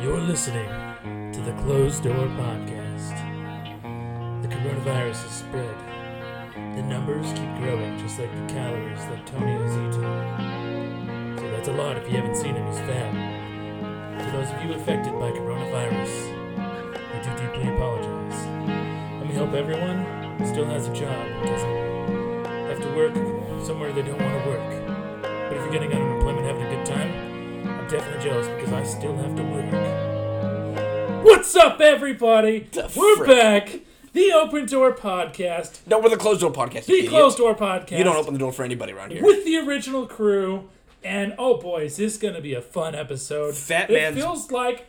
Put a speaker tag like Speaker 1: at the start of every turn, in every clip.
Speaker 1: You're listening to the Closed Door Podcast. The coronavirus has spread. The numbers keep growing just like the calories that Tony has eaten. So that's a lot if you haven't seen him, he's fat. To those of you affected by coronavirus, we do deeply apologize. And we hope everyone still has a job and doesn't have to work somewhere they don't want to work. But if you're getting unemployment having a good time, I'm definitely jealous because I still have to work. What's up, everybody?
Speaker 2: The
Speaker 1: We're
Speaker 2: frick?
Speaker 1: back. The Open Door Podcast.
Speaker 2: No, we're the closed door podcast.
Speaker 1: The
Speaker 2: you idiot.
Speaker 1: Closed Door Podcast.
Speaker 2: You don't open the door for anybody around here.
Speaker 1: With the original crew. And oh boy, is this going to be a fun episode.
Speaker 3: Fat
Speaker 1: it
Speaker 3: man's-
Speaker 1: feels like,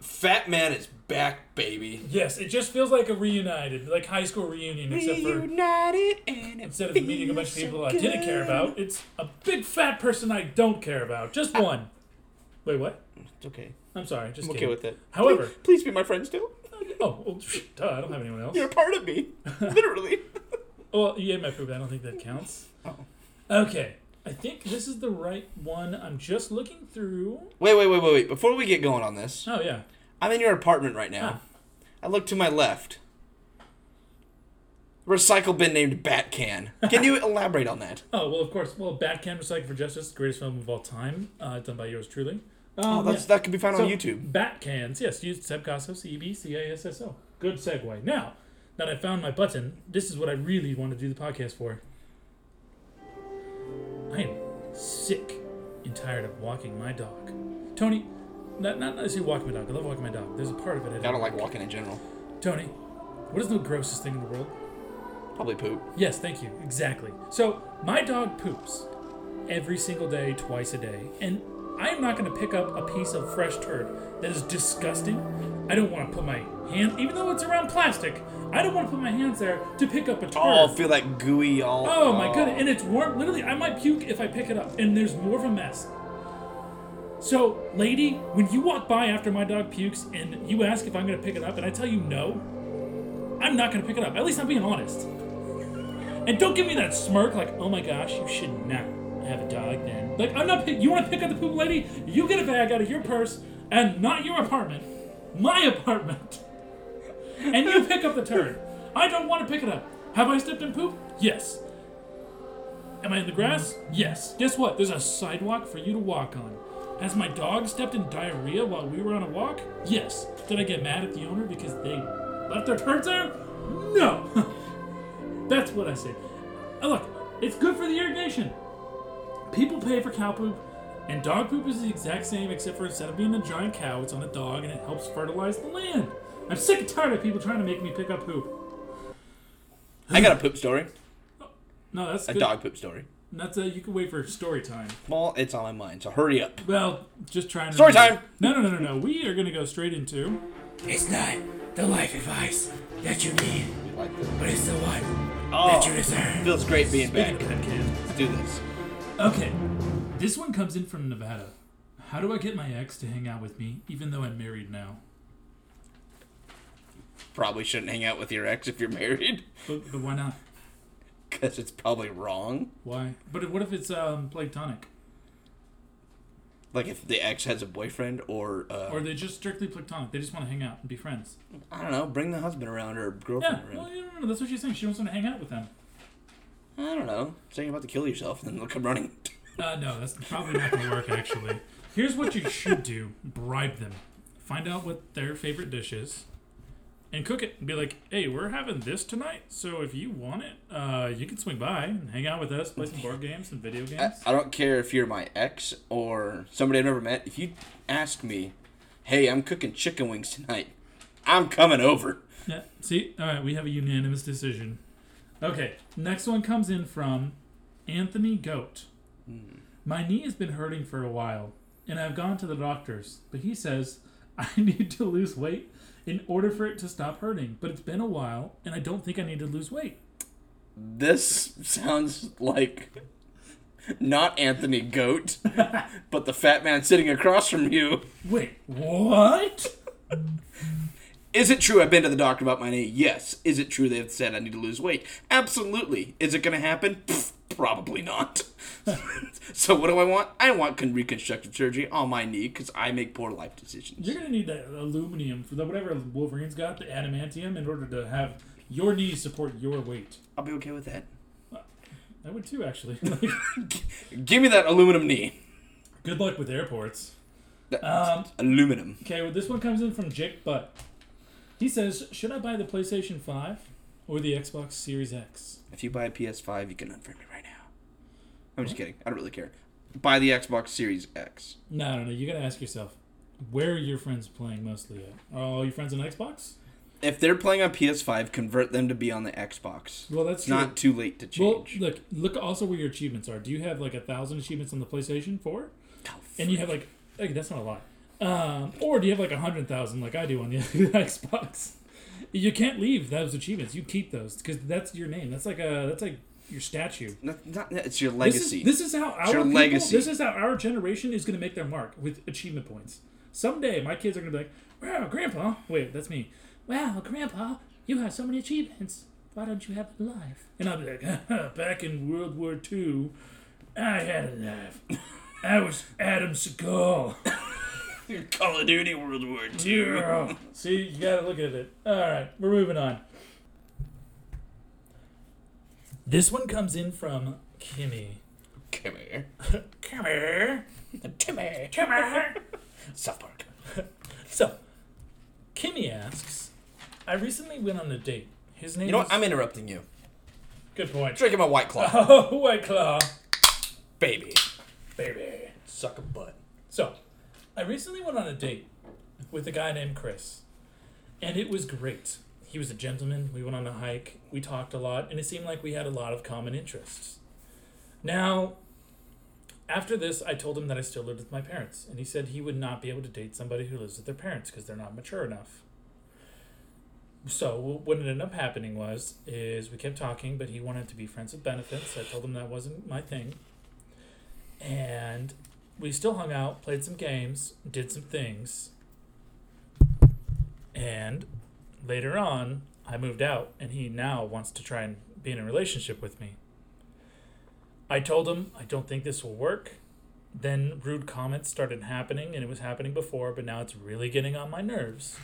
Speaker 3: Fat Man is back, baby.
Speaker 1: yes, it just feels like a reunited, like high school reunion, except for
Speaker 2: Reunited and it
Speaker 1: instead of meeting a bunch of
Speaker 2: feels
Speaker 1: people
Speaker 2: so
Speaker 1: I didn't care
Speaker 2: good.
Speaker 1: about, it's a big fat person I don't care about. Just one. Wait, what?
Speaker 2: It's okay.
Speaker 1: I'm sorry. Just
Speaker 2: Ah. I'm okay
Speaker 1: kidding.
Speaker 2: with it.
Speaker 1: However-
Speaker 2: please, please be my friend still.
Speaker 1: Oh, well, duh, I don't have anyone else.
Speaker 2: You're a part of me, literally.
Speaker 1: Well, you ate my poop. I don't think that counts.
Speaker 2: Oh.
Speaker 1: Okay. I think this is the right one. I'm just looking through.
Speaker 2: wait, wait, wait, wait, wait. Before we get going on this,
Speaker 1: Oh, yeah.
Speaker 2: I'm in your apartment right now.
Speaker 1: Huh.
Speaker 2: I look to my left. Recycle bin named Batcan. Can you elaborate on that?
Speaker 1: Oh, well, of course. Well, Batcan Recycling for Justice, greatest film of all time, uh, done by yours truly. Um,
Speaker 2: Oh, that's,
Speaker 1: yeah.
Speaker 2: That can be found
Speaker 1: So,
Speaker 2: on YouTube.
Speaker 1: Batcans, yes, used Seb Casso, C E B C A S S O. Good segue. Now that I found my button, this is what I really want to do the podcast for. I am sick and tired of walking my dog. Tony, not not necessarily walking my dog. I love walking my dog. There's a part of it.
Speaker 2: I don't like walking in general.
Speaker 1: Tony, what is the grossest thing in the world?
Speaker 2: Probably poop.
Speaker 1: Yes, thank you. Exactly. So my dog poops every single day, twice a day, and I'm not going to pick up a piece of fresh turd. That is disgusting. I don't want to put my hand, even though it's around plastic. I don't want to put my hands there to pick up a turd.
Speaker 2: Oh, feel that gooey all.
Speaker 1: Oh my goodness! And it's warm. Literally, I might puke if I pick it up, and there's more of a mess. So, lady, when you walk by after my dog pukes and you ask if I'm gonna pick it up, and I tell you no, I'm not gonna pick it up. At least I'm being honest. And don't give me that smirk like, oh my gosh, you should not have a dog then. Like, I'm not. Pick- you want to pick up the poop, lady? You get a bag out of your purse and not your apartment, my apartment and you pick up the turd. I don't want to pick it up. Have I stepped in poop? Yes. Am I in the grass? Yes. Guess what? There's a sidewalk for you to walk on. Has my dog stepped in diarrhea while we were on a walk? Yes. Did I get mad at the owner because they left their turds there? No. That's what I say. Oh, look, it's good for the irrigation. People pay for cow poop, and dog poop is the exact same, except for instead of being a giant cow, it's on a dog and it helps fertilize the land. I'm sick and tired of people trying to make me pick up poop.
Speaker 2: I got a poop story.
Speaker 1: No, that's
Speaker 2: A
Speaker 1: good.
Speaker 2: dog poop story.
Speaker 1: That's uh, you can wait for story time.
Speaker 2: Well, it's on my mind, so hurry up.
Speaker 1: Well, just trying to
Speaker 2: Story time!
Speaker 1: No, no, no, no, no. We are gonna go straight into.
Speaker 4: It's not the life advice that you need, but it's the one that you
Speaker 2: Oh,
Speaker 4: deserve.
Speaker 2: feels great being back.
Speaker 1: Batcan.
Speaker 2: Let's do this.
Speaker 1: Okay, this one comes in from Nevada. How do I get my ex to hang out with me, even though I'm married now?
Speaker 2: Probably shouldn't hang out with your ex if you're married,
Speaker 1: But, but why not?
Speaker 2: because it's probably wrong.
Speaker 1: Why? But what if it's um, platonic?
Speaker 2: Like if the ex has a boyfriend or, uh,
Speaker 1: Or are they just strictly platonic? They just want to hang out and be friends.
Speaker 2: I don't know, bring the husband around or girlfriend
Speaker 1: Yeah, well,
Speaker 2: around.
Speaker 1: you don't know. That's what she's saying. She wants them to hang out with them.
Speaker 2: I don't know. Saying you're about to kill yourself and then they'll come running.
Speaker 1: Uh, no, that's probably not going to work, actually. Here's what you should do bribe them. Find out what their favorite dish is and cook it. And be like, hey, we're having this tonight, so if you want it, uh, you can swing by and hang out with us, play some board games and video
Speaker 2: I,
Speaker 1: games.
Speaker 2: I don't care if you're my ex or somebody I've never met. If you ask me, hey, I'm cooking chicken wings tonight, I'm coming over.
Speaker 1: Yeah, see? All right, we have a unanimous decision. Okay, next one comes in from Anthony Goat. My knee has been hurting for a while, and I've gone to the doctors, but he says I need to lose weight in order for it to stop hurting. But it's been a while, and I don't think I need to lose weight.
Speaker 2: This sounds like not Anthony Goat, but the fat man sitting across from you.
Speaker 1: Wait, what?
Speaker 2: Is it true I've been to the doctor about my knee? Yes. Is it true they've said I need to lose weight? Absolutely. Is it going to happen? Pfft,
Speaker 5: Probably not. so what do I want? I want con- reconstructive surgery on my knee because I make poor life decisions.
Speaker 1: You're gonna need that aluminum for the, whatever Wolverine's got, the adamantium, in order to have your knees support your weight.
Speaker 5: I'll be okay with that.
Speaker 1: I would too, actually.
Speaker 5: Give me that aluminum knee.
Speaker 1: Good luck with airports.
Speaker 5: That-
Speaker 1: Um,
Speaker 5: aluminum.
Speaker 1: Okay, well, this one comes in from Jake Butt. He says, Should I buy the PlayStation 5 or the Xbox Series X?
Speaker 5: If you buy a PS5, you can unfriend me right now. I'm just kidding. I don't really care. Buy the Xbox Series X.
Speaker 1: No, no, no. You gotta ask yourself, where are your friends playing mostly at? Are all your friends on Xbox?
Speaker 5: If they're playing on PS5, convert them to be on the Xbox.
Speaker 1: Well, that's
Speaker 5: It's
Speaker 1: true.
Speaker 5: not too late to
Speaker 1: well,
Speaker 5: change.
Speaker 1: look, look also where your achievements are. Do you have like a thousand achievements on the PlayStation 4?
Speaker 5: Oh,
Speaker 1: And you have like, okay, that's not a lot. Um, or do you have like a hundred thousand, like I do on the Xbox? You can't leave those achievements. You keep those because that's your name. That's like a that's like your statue.
Speaker 5: Not- not- it's your
Speaker 1: This
Speaker 5: legacy.
Speaker 1: is, this is how our
Speaker 5: your
Speaker 1: people,
Speaker 5: legacy.
Speaker 1: This is how our generation is going to make their mark with achievement points. Someday, my kids are going to be like, "Wow, Grandpa! Wait, that's me. Wow, Grandpa, you have so many achievements. Why don't you have a life?" And I'll be like, "Back in World War II, I had a life. I was Adam Seagal."
Speaker 5: Call of Duty World War II.
Speaker 1: Girl. See, you gotta look at it. All right, we're moving on. This one comes in from Kimmy.
Speaker 2: Come here.
Speaker 1: Kimmy.
Speaker 5: Timmy.
Speaker 1: Kimmy.
Speaker 5: South Park.
Speaker 1: So, Kimmy asks, I recently went on a date. His name
Speaker 2: You know
Speaker 1: is...
Speaker 2: what? I'm interrupting you.
Speaker 1: Good point.
Speaker 2: Drinking my white claw,
Speaker 1: Oh, White Claw,
Speaker 2: baby.
Speaker 1: baby.
Speaker 2: Suck a butt.
Speaker 1: So, I recently went on a date with a guy named Chris, and it was great. He was a gentleman. We went on a hike. We talked a lot, and it seemed like we had a lot of common interests. Now, after this, I told him that I still lived with my parents, and he said he would not be able to date somebody who lives with their parents because they're not mature enough. So what ended up happening was is we kept talking, but he wanted to be friends with benefits. I told him that wasn't my thing, and we still hung out, played some games, did some things. And later on, I moved out and he now wants to try and be in a relationship with me. I told him, I don't think this will work. Then rude comments started happening and it was happening before, but now it's really getting on my nerves.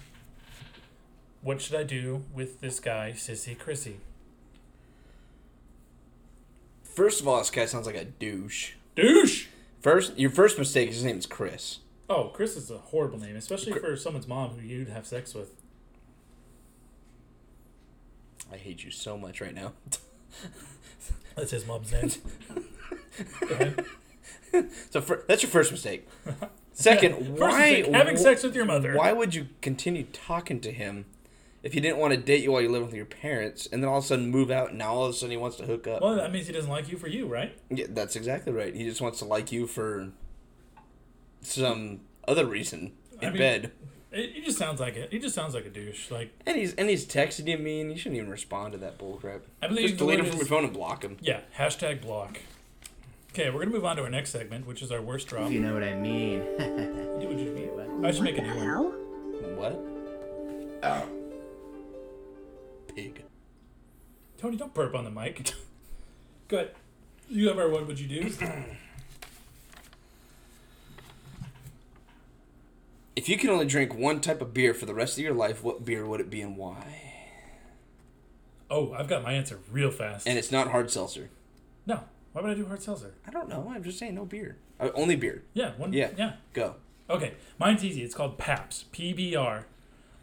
Speaker 1: What should I do with this guy, Sissy Chrissy?
Speaker 2: First of all, this guy sounds like a douche.
Speaker 1: Douche!
Speaker 2: First, your first mistake is his name is Chris.
Speaker 1: Oh, Chris is a horrible name, especially for someone's mom who you'd have sex with.
Speaker 2: I hate you so much right now.
Speaker 1: That's his mom's name.
Speaker 2: So fir- that's your first mistake. Second,
Speaker 1: First
Speaker 2: why
Speaker 1: mistake, having
Speaker 2: wh-
Speaker 1: sex with your mother.
Speaker 2: Why would you continue talking to him if he didn't want to date you while you lived with your parents, and then all of a sudden move out, and now all of a sudden he wants to hook up?
Speaker 1: Well, that means he doesn't like you for you, right?
Speaker 2: Yeah, that's exactly right. He just wants to like you for some other reason in
Speaker 1: mean-
Speaker 2: bed.
Speaker 1: It, it just sounds like it. He just sounds like a douche. Like,
Speaker 2: And he's and he's texting you mean. You shouldn't even respond to that bullcrap.
Speaker 1: I believe
Speaker 2: Just
Speaker 1: the
Speaker 2: delete
Speaker 1: word
Speaker 2: him from
Speaker 1: is-
Speaker 2: your phone and block him.
Speaker 1: yeah, hashtag block. Okay, we're gonna move on to our next segment, which is our worst drop.
Speaker 6: If you know what I mean.
Speaker 1: Do what you mean. I should make a new one.
Speaker 7: Hell?
Speaker 2: What? Oh. Pig.
Speaker 1: Tony, don't burp on the mic. Go ahead. You have our what would you do?
Speaker 2: If you could only drink one type of beer for the rest of your life, what beer would it be and why?
Speaker 1: oh, I've got my answer real fast.
Speaker 2: And it's not hard seltzer.
Speaker 1: no, why would I do hard seltzer?
Speaker 2: I don't know. I'm just saying no beer. Uh, only beer.
Speaker 1: Yeah, one.
Speaker 2: Yeah.
Speaker 1: yeah.
Speaker 2: Go.
Speaker 1: Okay, mine's easy. It's called PAPS. PBR.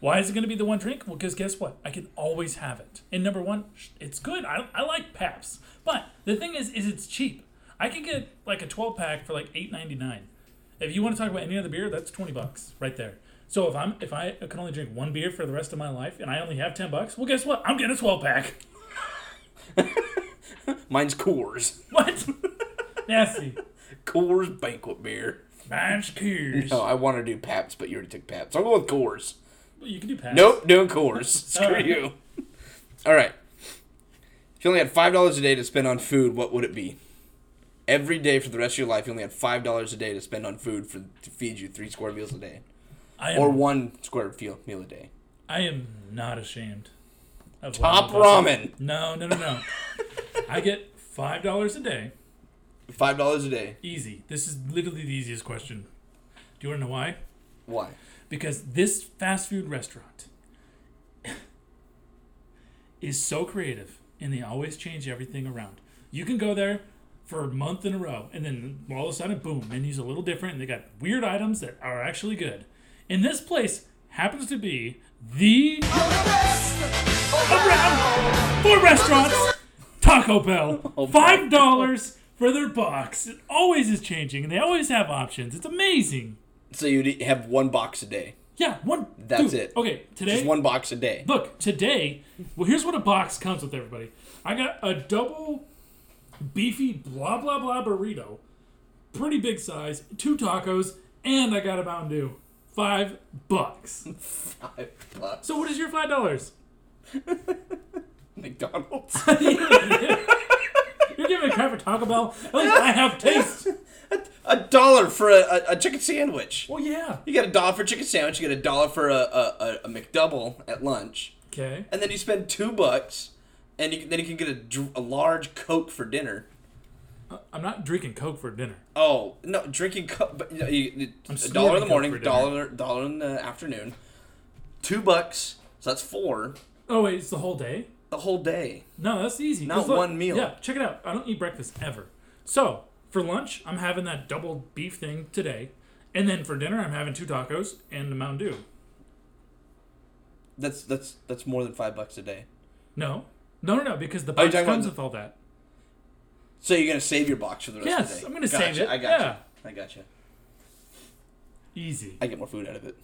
Speaker 1: Why is it going to be the one drink? Well, because guess what? I can always have it. And number one, sh- it's good. I, I like PAPS. But the thing is, is it's cheap. I can get like a 12 pack for like eight ninety nine. If you want to talk about any other beer, that's twenty bucks right there. So if I'm if I can only drink one beer for the rest of my life and I only have ten bucks, well, guess what? I'm getting a 12 pack.
Speaker 2: Mine's Coors.
Speaker 1: What? Nasty.
Speaker 2: Coors banquet beer.
Speaker 1: Mine's Coors.
Speaker 2: No, I want to do Paps, but you already took Paps. I'll go with Coors.
Speaker 1: You can do PAPS.
Speaker 2: Nope, doing Coors. Screw
Speaker 1: Alright.
Speaker 2: you. All right. If you only had five dollars a day to spend on food, what would it be? Every day for the rest of your life, you only had five dollars a day to spend on food for to feed you three square meals a day,
Speaker 1: I am,
Speaker 2: or one square feel, meal a day.
Speaker 1: I am not ashamed. Of what
Speaker 2: Top
Speaker 1: I'm about to-
Speaker 2: ramen.
Speaker 1: No, no, no, no. I get Five dollars a day.
Speaker 2: Five dollars a day.
Speaker 1: Easy. This is literally the easiest question. Do you want to know why?
Speaker 2: Why?
Speaker 1: Because this fast food restaurant is so creative and they always change everything around. You can go there for a month in a row and then all of a sudden, boom, menu's a little different and they got weird items that are actually good. And this place happens to be the around for restaurants Taco Bell. Five dollars for their box. It always is changing and they always have options. It's amazing.
Speaker 2: So you'd eat- have one box a day.
Speaker 1: Yeah, one.
Speaker 2: That's
Speaker 1: dude,
Speaker 2: it.
Speaker 1: Okay, today.
Speaker 2: Just one box a day.
Speaker 1: Look, today. Well, here's what a box comes with, everybody. I got a double beefy blah blah blah burrito, pretty big size, two tacos, and I got a Mountain Dew. Five bucks.
Speaker 2: Five bucks.
Speaker 1: So what is your five dollars?
Speaker 2: McDonald's.
Speaker 1: You're giving a crap for Taco Bell? At least I have taste.
Speaker 2: a dollar for a, a, a chicken sandwich.
Speaker 1: Well, yeah.
Speaker 2: You get a dollar for a chicken sandwich. You get a dollar for a, a, a, a McDouble at lunch,
Speaker 1: Okay.
Speaker 2: and then you spend two bucks, and you, then you can get a, dr- a large Coke for dinner.
Speaker 1: I'm not drinking Coke for dinner.
Speaker 2: Oh no, drinking Coke. But you know, you, you-
Speaker 1: I'm
Speaker 2: a dollar in the
Speaker 1: snorting Coke for
Speaker 2: morning,
Speaker 1: dinner.
Speaker 2: dollar dollar in the afternoon, two bucks. So that's four
Speaker 1: Oh wait, it's the whole day.
Speaker 2: the whole day.
Speaker 1: No, that's easy. 'Cause
Speaker 2: Not one meal.
Speaker 1: Yeah, check it out. I don't eat breakfast ever. So for lunch, I'm having that double beef thing today, and then for dinner, I'm having two tacos and a Mountain Dew.
Speaker 2: That's that's that's more than five bucks a day.
Speaker 1: No, no, no, no, because the
Speaker 2: Are you
Speaker 1: box
Speaker 2: talking
Speaker 1: comes
Speaker 2: about-
Speaker 1: with all that.
Speaker 2: So you're gonna save your box for the rest of the
Speaker 1: Yes,
Speaker 2: day.
Speaker 1: I'm gonna save
Speaker 2: Gotcha,
Speaker 1: it,
Speaker 2: I got
Speaker 1: yeah.
Speaker 2: you. I got you.
Speaker 1: Easy.
Speaker 2: I get more food out of it.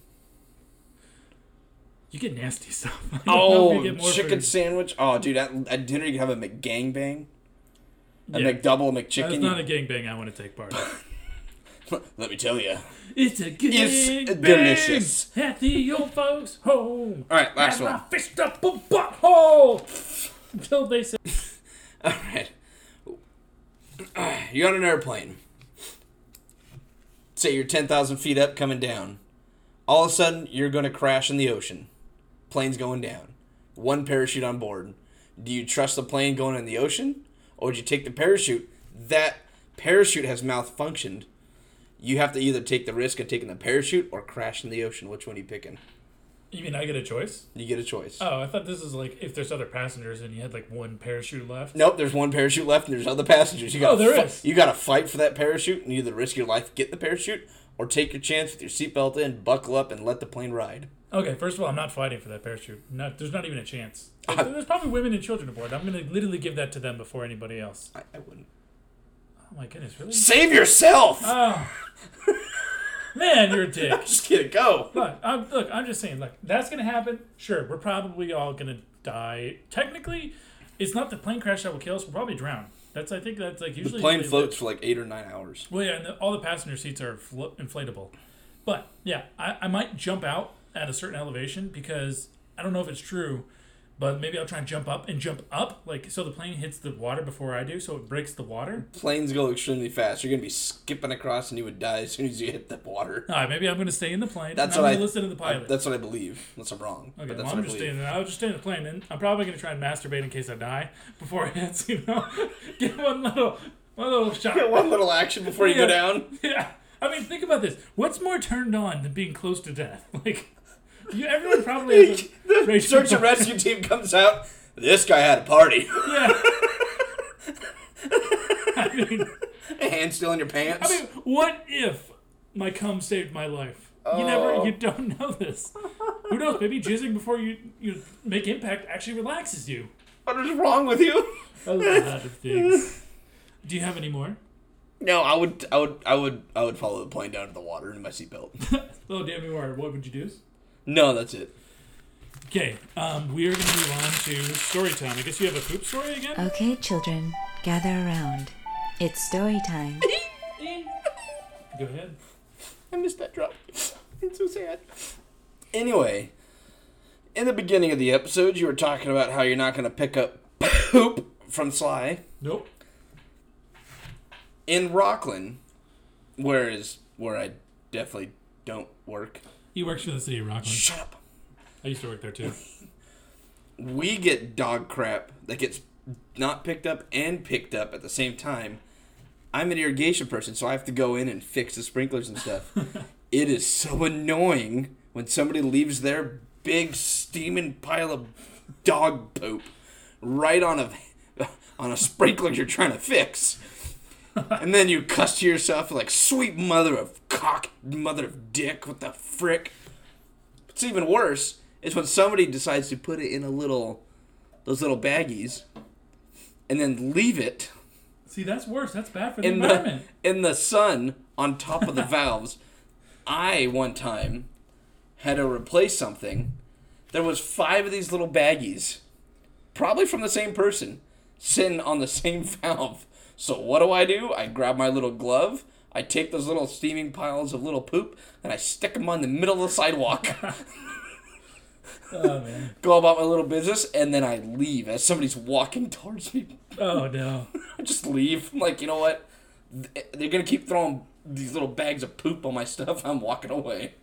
Speaker 1: You get nasty stuff. I don't know if
Speaker 2: Oh,
Speaker 1: you get more
Speaker 2: chicken
Speaker 1: food.
Speaker 2: sandwich. Oh, dude, at, at dinner you can have a McGangbang, a
Speaker 1: Yeah.
Speaker 2: McDouble, a
Speaker 1: That's
Speaker 2: McChicken.
Speaker 1: not a gangbang I want to take part in.
Speaker 2: Let me tell you.
Speaker 1: It's a gangbang.
Speaker 2: delicious.
Speaker 1: At the old folks' home.
Speaker 2: All right, last
Speaker 1: And I
Speaker 2: one.
Speaker 1: fished up a butthole until they said,
Speaker 2: All right. You're on an airplane. Say you're 10,000 feet up, coming down. All of a sudden, you're going to crash in the ocean. Plane's going down. One parachute on board. Do you trust the plane going in the ocean? Or do you take the parachute? That parachute has malfunctioned. You have to either take the risk of taking the parachute or crash in the ocean. Which one are you picking?
Speaker 1: "You mean I get a choice?"
Speaker 2: You get a choice.
Speaker 1: Oh, I thought this is like if there's other passengers and you had like one parachute left.
Speaker 2: Nope, there's one parachute left, and there's other passengers. You got
Speaker 1: Oh, there
Speaker 2: fi-
Speaker 1: is.
Speaker 2: You got to fight for that parachute, and you either risk your life getting the parachute, or take your chance with your seatbelt in, buckle up, and let the plane ride.
Speaker 1: Okay, first of all, I'm not fighting for that parachute. Not, there's not even a chance. There's, there's probably women and children aboard. I'm gonna literally give that to them before anybody else.
Speaker 2: I, I wouldn't.
Speaker 1: Oh my goodness, really?
Speaker 2: Save yourself.
Speaker 1: Oh, man, you're a dick.
Speaker 2: Just get it go.
Speaker 1: Look, I'm, look, I'm just saying. Look, that's gonna happen. Sure, we're probably all gonna die. Technically, it's not the plane crash that will kill us. We'll probably drown. That's I think that's like usually
Speaker 2: The plane
Speaker 1: they-
Speaker 2: floats for like eight or nine hours.
Speaker 1: Well, yeah, and the, all the passenger seats are fl- inflatable. But yeah, I, I might jump out at a certain elevation because I don't know if it's true, but maybe I'll try and jump up and jump up like so the plane hits the water before I do, so it breaks the water.
Speaker 2: Planes go extremely fast. You're gonna be skipping across, and you would die as soon as you hit the water.
Speaker 1: All right, maybe I'm going to stay in the plane.
Speaker 2: That's
Speaker 1: and
Speaker 2: what
Speaker 1: I'm
Speaker 2: I.
Speaker 1: gonna listen to the pilot.
Speaker 2: I- that's what I believe. Unless I'm wrong.
Speaker 1: okay,
Speaker 2: but that's
Speaker 1: well,
Speaker 2: what
Speaker 1: I'm
Speaker 2: I
Speaker 1: just
Speaker 2: believe.
Speaker 1: staying. I'll just stay in the plane, and I'm probably going to try and masturbate in case I die before it hits. You know, get one little, one little shot.
Speaker 2: One little action before you
Speaker 1: Yeah.
Speaker 2: go down.
Speaker 1: Yeah. I mean, think about this. What's more turned on than being close to death? Like, you, everyone probably has a racial
Speaker 2: Search and
Speaker 1: bias.
Speaker 2: rescue team comes out. This guy had a party.
Speaker 1: Yeah. I mean,
Speaker 2: Hand still in your pants.
Speaker 1: I mean, what if my cum saved my life? You never,
Speaker 2: Oh.
Speaker 1: you don't know this. Who knows? Maybe jizzing before you, you make impact actually relaxes you.
Speaker 2: What is wrong with you?
Speaker 1: A lot of things. Do you have any more?
Speaker 2: No, I would, I would, I would, I would follow the plane down to the water in my seatbelt.
Speaker 1: Oh, damn you are. What would you do?
Speaker 2: no, that's it.
Speaker 1: Okay, um, we are going to move on to story time. I guess you have a poop story again?
Speaker 2: Uh,
Speaker 7: Okay, children, gather around. It's story time.
Speaker 1: Go ahead.
Speaker 2: I missed that drop. It's so sad. Anyway, in the beginning of the episode, you were talking about how you're not going to pick up poop from Sly
Speaker 1: Nope.
Speaker 2: in Rockland, whereas where I definitely don't work.
Speaker 1: He works for the city of Rockland.
Speaker 2: Shut up.
Speaker 1: I used to work there too.
Speaker 2: We get dog crap that gets not picked up and picked up at the same time. I'm an irrigation person, so I have to go in and fix the sprinklers and stuff. it is so annoying when somebody leaves their big steaming pile of dog poop right on a on a sprinkler you're trying to fix. And then you cuss to yourself like, "Sweet mother of cock, mother of dick, what the frick?" What's even worse is when somebody decides to put it in a little those little baggies and then leave it
Speaker 1: See, that's worse. That's bad for the
Speaker 2: in the
Speaker 1: environment.
Speaker 2: in the sun on top of the valves. I one time had to replace something. There was five of these little baggies, probably from the same person, sitting on the same valve. So what do I do? I grab my little glove. I take those little steaming piles of little poop and I stick them on the middle of the sidewalk.
Speaker 1: Oh man.
Speaker 2: Go about my little business and then I leave as somebody's walking towards me.
Speaker 1: Oh no.
Speaker 2: I just leave. I'm like, you know what? Th- They're gonna keep throwing these little bags of poop on my stuff. I'm walking away.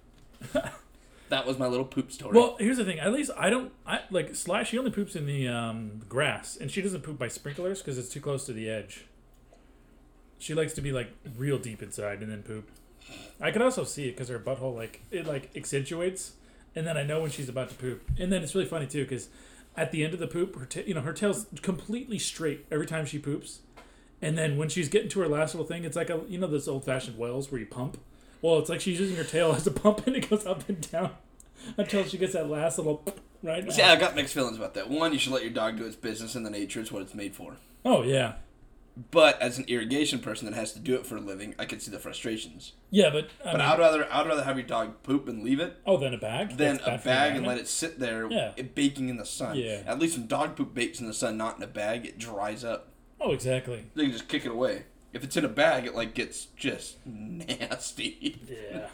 Speaker 2: that was my little poop story.
Speaker 1: Well, here's the thing. At least I don't. I like Sly. She only poops in the um, grass, and she doesn't poop by sprinklers because it's too close to the edge. She likes to be like real deep inside and then poop. I could also see it because her butthole like it like accentuates, and then I know when she's about to poop. And then it's really funny too because at the end of the poop, her ta- you know her tail's completely straight every time she poops, and then when she's getting to her last little thing, it's like a you know those old fashioned wells where you pump. Well, it's like she's using her tail as a pump and it goes up and down until she gets that last little right.
Speaker 2: See, I got mixed feelings about that. One, you should let your dog do its business in the nature; it's what it's made for.
Speaker 1: Oh yeah,
Speaker 2: But as an irrigation person that has to do it for a living, I can see the frustrations.
Speaker 1: yeah, but, I
Speaker 2: But
Speaker 1: mean,
Speaker 2: I'd rather I'd rather have your dog poop and leave it
Speaker 1: oh then a bag. That's
Speaker 2: than a
Speaker 1: bad for the
Speaker 2: bag and
Speaker 1: environment.
Speaker 2: let it sit there
Speaker 1: Yeah.
Speaker 2: it baking in the sun.
Speaker 1: Yeah.
Speaker 2: At least when dog poop bakes in the sun, not in a bag, it dries up.
Speaker 1: Oh exactly.
Speaker 2: They can just kick it away. If it's in a bag, it like gets just nasty.
Speaker 1: Yeah.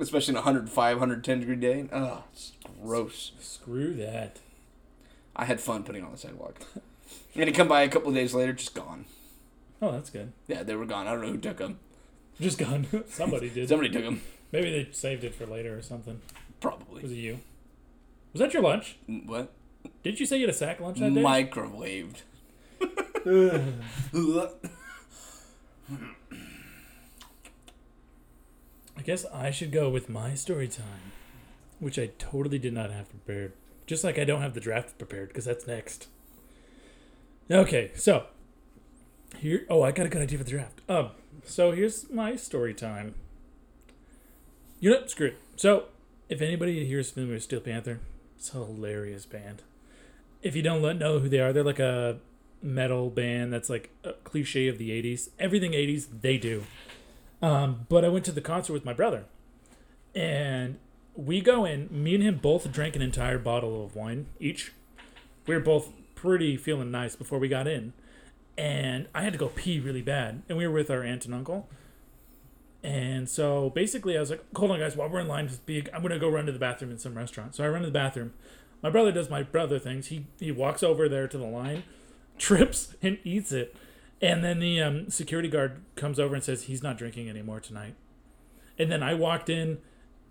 Speaker 2: Especially in a 105, 110 degree day. Ugh, it's gross.
Speaker 1: Screw that.
Speaker 2: I had fun putting it on the sidewalk. And it come by a couple of days later, just gone.
Speaker 1: Oh that's good.
Speaker 2: Yeah, they were gone. I don't know who took them.
Speaker 1: Just gone. Somebody did.
Speaker 2: Somebody took them.
Speaker 1: Maybe they saved it for later or something. Was
Speaker 2: Probably.
Speaker 1: it you? Was that your lunch?
Speaker 2: M- What?
Speaker 1: Did you say you had a sack lunch that day?
Speaker 2: Microwaved.
Speaker 1: I guess I should go with my story time, which I totally did not have prepared. Just like I don't have the draft prepared, because that's next. Okay, so here. Oh, I got a good idea for the draft. Um, so here's my story time. You know, screw it. So, if anybody here is familiar with Steel Panther, it's a hilarious band. If you don't let know who they are, they're like a metal band that's like a cliche of the '80s. Everything '80s, they do. Um, but I went to the concert with my brother, and we go in. Me and him both drank an entire bottle of wine each. We were both pretty feeling nice before we got in, and I had to go pee really bad. And we were with our aunt and uncle, and so basically I was like, "Hold on, guys, while we're in line to pee, I'm gonna go run to the bathroom in some restaurant." So I run to the bathroom. My brother does my brother things. He he walks over there to the line, trips and eats it. And then the um, security guard comes over and says he's not drinking anymore tonight. And then I walked in,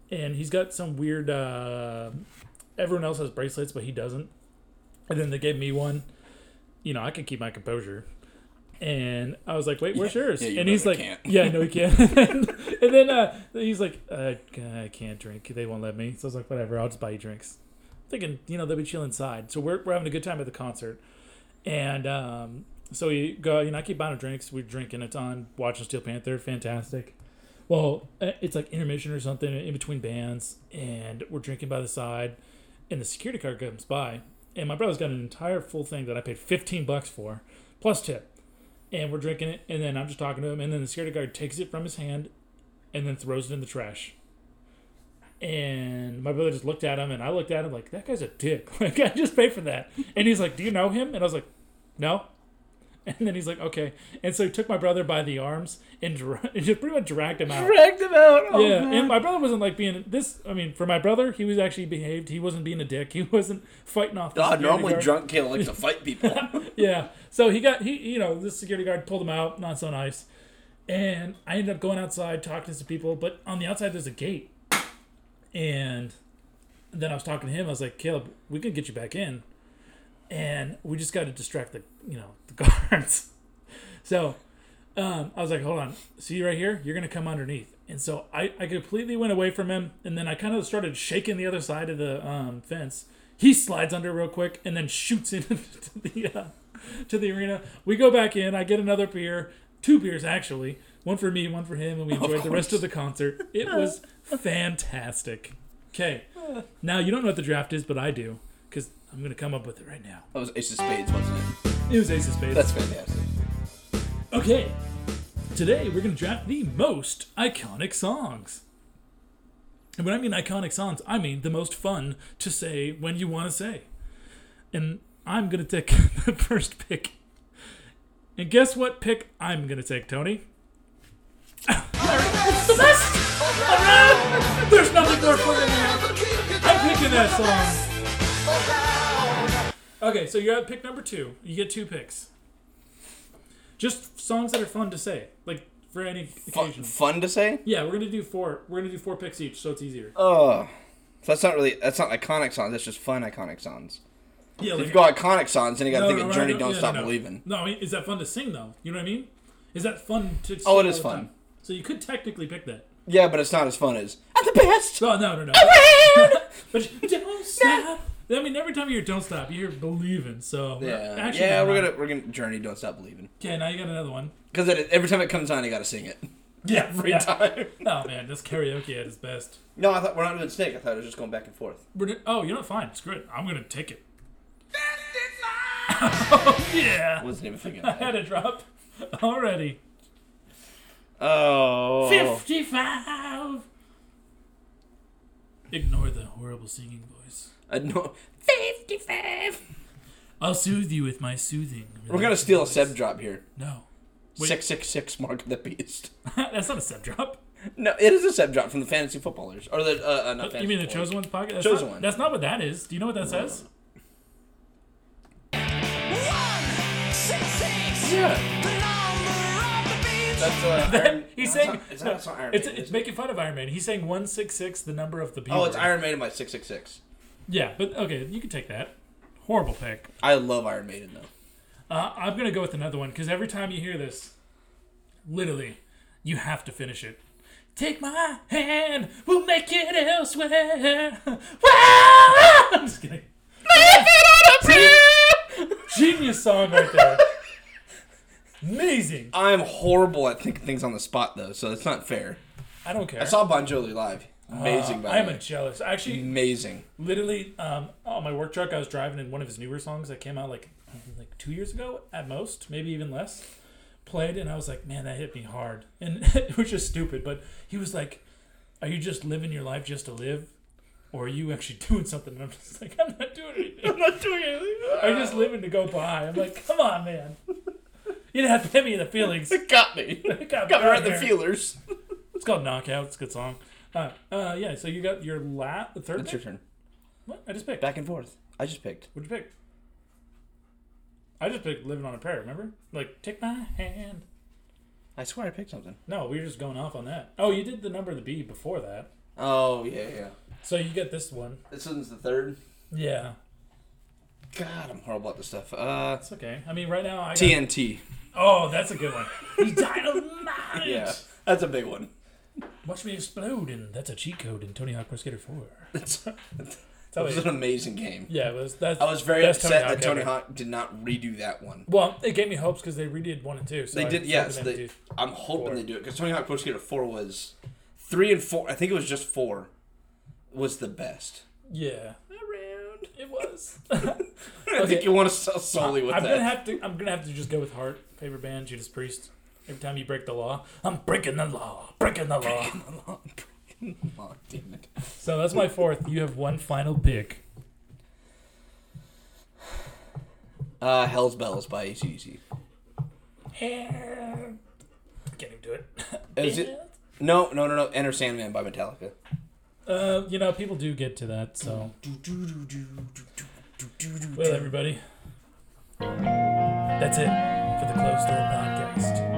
Speaker 1: and he's got some weird. Uh, everyone else has bracelets, but he doesn't. And then they gave me one. You know, I can keep my composure. And I was like, "Wait, where's yours?"
Speaker 2: yeah, your
Speaker 1: and he's
Speaker 2: brother
Speaker 1: like,
Speaker 2: can't.
Speaker 1: "Yeah, no, he can't." and then uh, he's like, uh, "I can't drink. They won't let me." So I was like, "Whatever, I'll just buy you drinks." Thinking, you know, they'll be chilling inside. So we're we're having a good time at the concert. And um, so we go, you know, I keep buying her drinks. We're drinking a ton, watching Steel Panther, fantastic. Well, uh, it's like intermission or something in between bands, and we're drinking by the side, and the security guard comes by, and my brother's got an entire full thing that I paid fifteen bucks for, plus tip, and we're drinking it, and then I'm just talking to him, and then the security guard takes it from his hand, and then throws it in the trash. And my brother just looked at him, and I looked at him like that guy's a dick. Like I just paid for that, and he's like, "Do you know him?" And I was like, no. And then he's like, okay. And so he took my brother by the arms and, dra- and just pretty much dragged him out.
Speaker 5: Dragged him out. Oh,
Speaker 1: yeah. And my brother wasn't like being this. I mean, for my brother, he was actually behaved. He wasn't being a dick. He wasn't fighting off. the
Speaker 2: God,
Speaker 1: security
Speaker 2: normally
Speaker 1: guard.
Speaker 2: drunk kid likes to fight people.
Speaker 1: Yeah. So he got he you know this security guard pulled him out. Not so nice. And I ended up going outside talking to some people, but on the outside there's a gate. And then I was talking to him. I was like, Caleb, we could get you back in. and we just got to distract the you know the guards. so um, I was like, hold on, see right here, you're gonna come underneath. And so I, I completely went away from him, and then I kind of started shaking the other side of the um, fence. He slides under real quick and then shoots into the uh, to the arena. We go back in. I get another beer, two beers actually, one for me, one for him, and we enjoyed the rest of the concert. It was fantastic. Okay, now you don't know what the draft is, but I do because I'm gonna come up with it right now.
Speaker 5: That was Ace of Spades, wasn't it?
Speaker 1: It was Ace of Spades.
Speaker 5: That's fantastic.
Speaker 1: Okay, today we're going to draft the most iconic songs. And when I mean iconic songs, I mean the most fun to say when you want to say. And I'm going to take the first pick. And guess what pick I'm going to take, Tony? it's the best! Alright! There's nothing more fun than that. I'm picking that song. Okay, so you're at pick number two. You get two picks. Just songs that are fun to say, like for any
Speaker 2: Fun,
Speaker 1: occasion.
Speaker 2: fun to say?
Speaker 1: Yeah, we're gonna do four. We're gonna do four picks each, so it's easier.
Speaker 2: Oh. So that's not really that's not iconic songs, that's just fun iconic songs.
Speaker 1: yeah,
Speaker 2: If you go iconic songs, then you gotta
Speaker 1: No,
Speaker 2: think
Speaker 1: no,
Speaker 2: of
Speaker 1: no,
Speaker 2: Journey
Speaker 1: no,
Speaker 2: Don't
Speaker 1: yeah,
Speaker 2: Stop
Speaker 1: no.
Speaker 2: Believing.
Speaker 1: No, I mean, is that fun to sing though? You know what I mean? Is that fun to? sing
Speaker 2: Oh, it is
Speaker 1: all the time?
Speaker 2: fun.
Speaker 1: So you could technically pick that.
Speaker 2: Yeah, but it's not as fun as I'm the best!
Speaker 1: Oh no, no, no. but you- don't stop. I mean, every time you hear "Don't Stop," you hear "Believing." So uh,
Speaker 2: Yeah,
Speaker 1: actually,
Speaker 2: yeah,
Speaker 1: no,
Speaker 2: we're
Speaker 1: no.
Speaker 2: gonna we're gonna Journey Don't Stop Believing.
Speaker 1: Okay, now you got another one.
Speaker 2: Because every time it comes on, I gotta sing it.
Speaker 1: Yeah, every
Speaker 2: time.
Speaker 1: Oh man, that's karaoke at its best.
Speaker 2: No, I thought we're not doing Snake. I thought it was just going back and forth.
Speaker 1: We're gonna- oh, you know, fine. Screw it. I'm gonna take it. oh yeah,
Speaker 2: wasn't even thinking.
Speaker 1: I had a drop already.
Speaker 2: Oh.
Speaker 1: 55. Ignore the horrible singing voice.
Speaker 2: I know. 55.
Speaker 1: I'll soothe you with my soothing.
Speaker 2: We're going to steal a Seb drop here.
Speaker 1: No.
Speaker 2: 666 Mark of the Beast.
Speaker 1: That's not a sub drop.
Speaker 2: No, it is a Seb drop from the fantasy footballers. Or the. Uh, uh, not fantasy
Speaker 1: Oh, You mean the
Speaker 2: footballers.
Speaker 1: chosen one's pocket? That's
Speaker 2: Chosen
Speaker 1: not,
Speaker 2: one.
Speaker 1: That's not what that is. Do you know what that says?
Speaker 2: Yeah. That's uh, Iron-
Speaker 1: He's
Speaker 2: no, it's
Speaker 1: saying
Speaker 2: not- It's not, it's not Iron
Speaker 1: it's,
Speaker 2: Maiden,
Speaker 1: it's
Speaker 2: is it?
Speaker 1: making fun of Iron Man. He's saying 166, the number of the people.
Speaker 2: Oh, it's Iron Maiden by 666.
Speaker 1: Yeah, but okay, you can take that. Horrible pick.
Speaker 2: I love Iron Maiden, though.
Speaker 1: Uh, I'm gonna go with another one because every time you hear this, literally, you have to finish it. Take my hand, we'll make it elsewhere. Wow! I'm just kidding. Genius song right there. Amazing.
Speaker 2: I'm horrible at thinking things on the spot, though, so it's not fair.
Speaker 1: I don't care.
Speaker 2: I saw Bon Jovi live. Amazing, by
Speaker 1: I'm
Speaker 2: the
Speaker 1: a
Speaker 2: way.
Speaker 1: jealous. Actually,
Speaker 2: Amazing.
Speaker 1: literally, um, on my work truck, I was driving, and one of his newer songs that came out like like two years ago at most, maybe even less, played, and I was like, man, that hit me hard, and it was just stupid. But he was like, "Are you just living your life just to live, or are you actually doing something?" And I'm just like, "I'm not doing anything. I'm not doing anything. I'm just living to go by." I'm like, "Come on, man." You didn't have to hit me in the feelings.
Speaker 2: It got me.
Speaker 1: It got
Speaker 2: got me right in the
Speaker 1: better.
Speaker 2: feelers.
Speaker 1: It's called Knockout. It's a good song. Uh, uh, yeah, so you got your la- the third
Speaker 2: It's
Speaker 1: pick?
Speaker 2: your turn.
Speaker 1: What? I just picked.
Speaker 2: Back and forth. I just picked.
Speaker 1: What'd you pick? I just picked Living on a Prayer, remember? Like, take my hand.
Speaker 2: I swear I picked something.
Speaker 1: No, we were just going off on that. Oh, you did the number of the B before that.
Speaker 2: Oh yeah, yeah.
Speaker 1: So you get this one.
Speaker 2: This one's the third.
Speaker 1: Yeah.
Speaker 2: God, I'm horrible at this stuff. Uh,
Speaker 1: It's okay. I mean, right now I. Got,
Speaker 2: TNT.
Speaker 1: Oh, that's a good one. Dynamite!
Speaker 2: Yeah, that's a big one.
Speaker 1: Watch me explode, and that's a cheat code in Tony Hawk Pro Skater 4.
Speaker 2: That's, that
Speaker 1: That's
Speaker 2: was
Speaker 1: how
Speaker 2: an
Speaker 1: it-
Speaker 2: amazing game.
Speaker 1: yeah, it was, that's,
Speaker 2: I was very
Speaker 1: that's
Speaker 2: upset that
Speaker 1: ever.
Speaker 2: Tony Hawk did not redo that one.
Speaker 1: Well, it gave me hopes because they redid one and two. So
Speaker 2: They
Speaker 1: I
Speaker 2: did,
Speaker 1: was
Speaker 2: yes.
Speaker 1: hoping they'd
Speaker 2: They,
Speaker 1: do-
Speaker 2: I'm hoping
Speaker 1: four.
Speaker 2: they do it because Tony Hawk Pro Skater Four was three and four. I think it was just four. Was the best.
Speaker 1: yeah. Around it was.
Speaker 2: I think
Speaker 1: Okay.
Speaker 2: you want to sell solely with
Speaker 1: I'm
Speaker 2: that.
Speaker 1: gonna have to. I'm gonna have to just go with Heart, favorite band, Judas Priest. Every time you break the law, I'm breaking the law, breaking the law.
Speaker 2: oh, damn it.
Speaker 1: So that's my fourth. You have one final pick.
Speaker 2: Uh, Hell's Bells by ACDC.
Speaker 1: Can't even do it.
Speaker 2: Is it? No, no, no, no. Enter Sandman by Metallica.
Speaker 1: Uh, you know, people do get to that. So, well, everybody, that's it for the closed door podcast.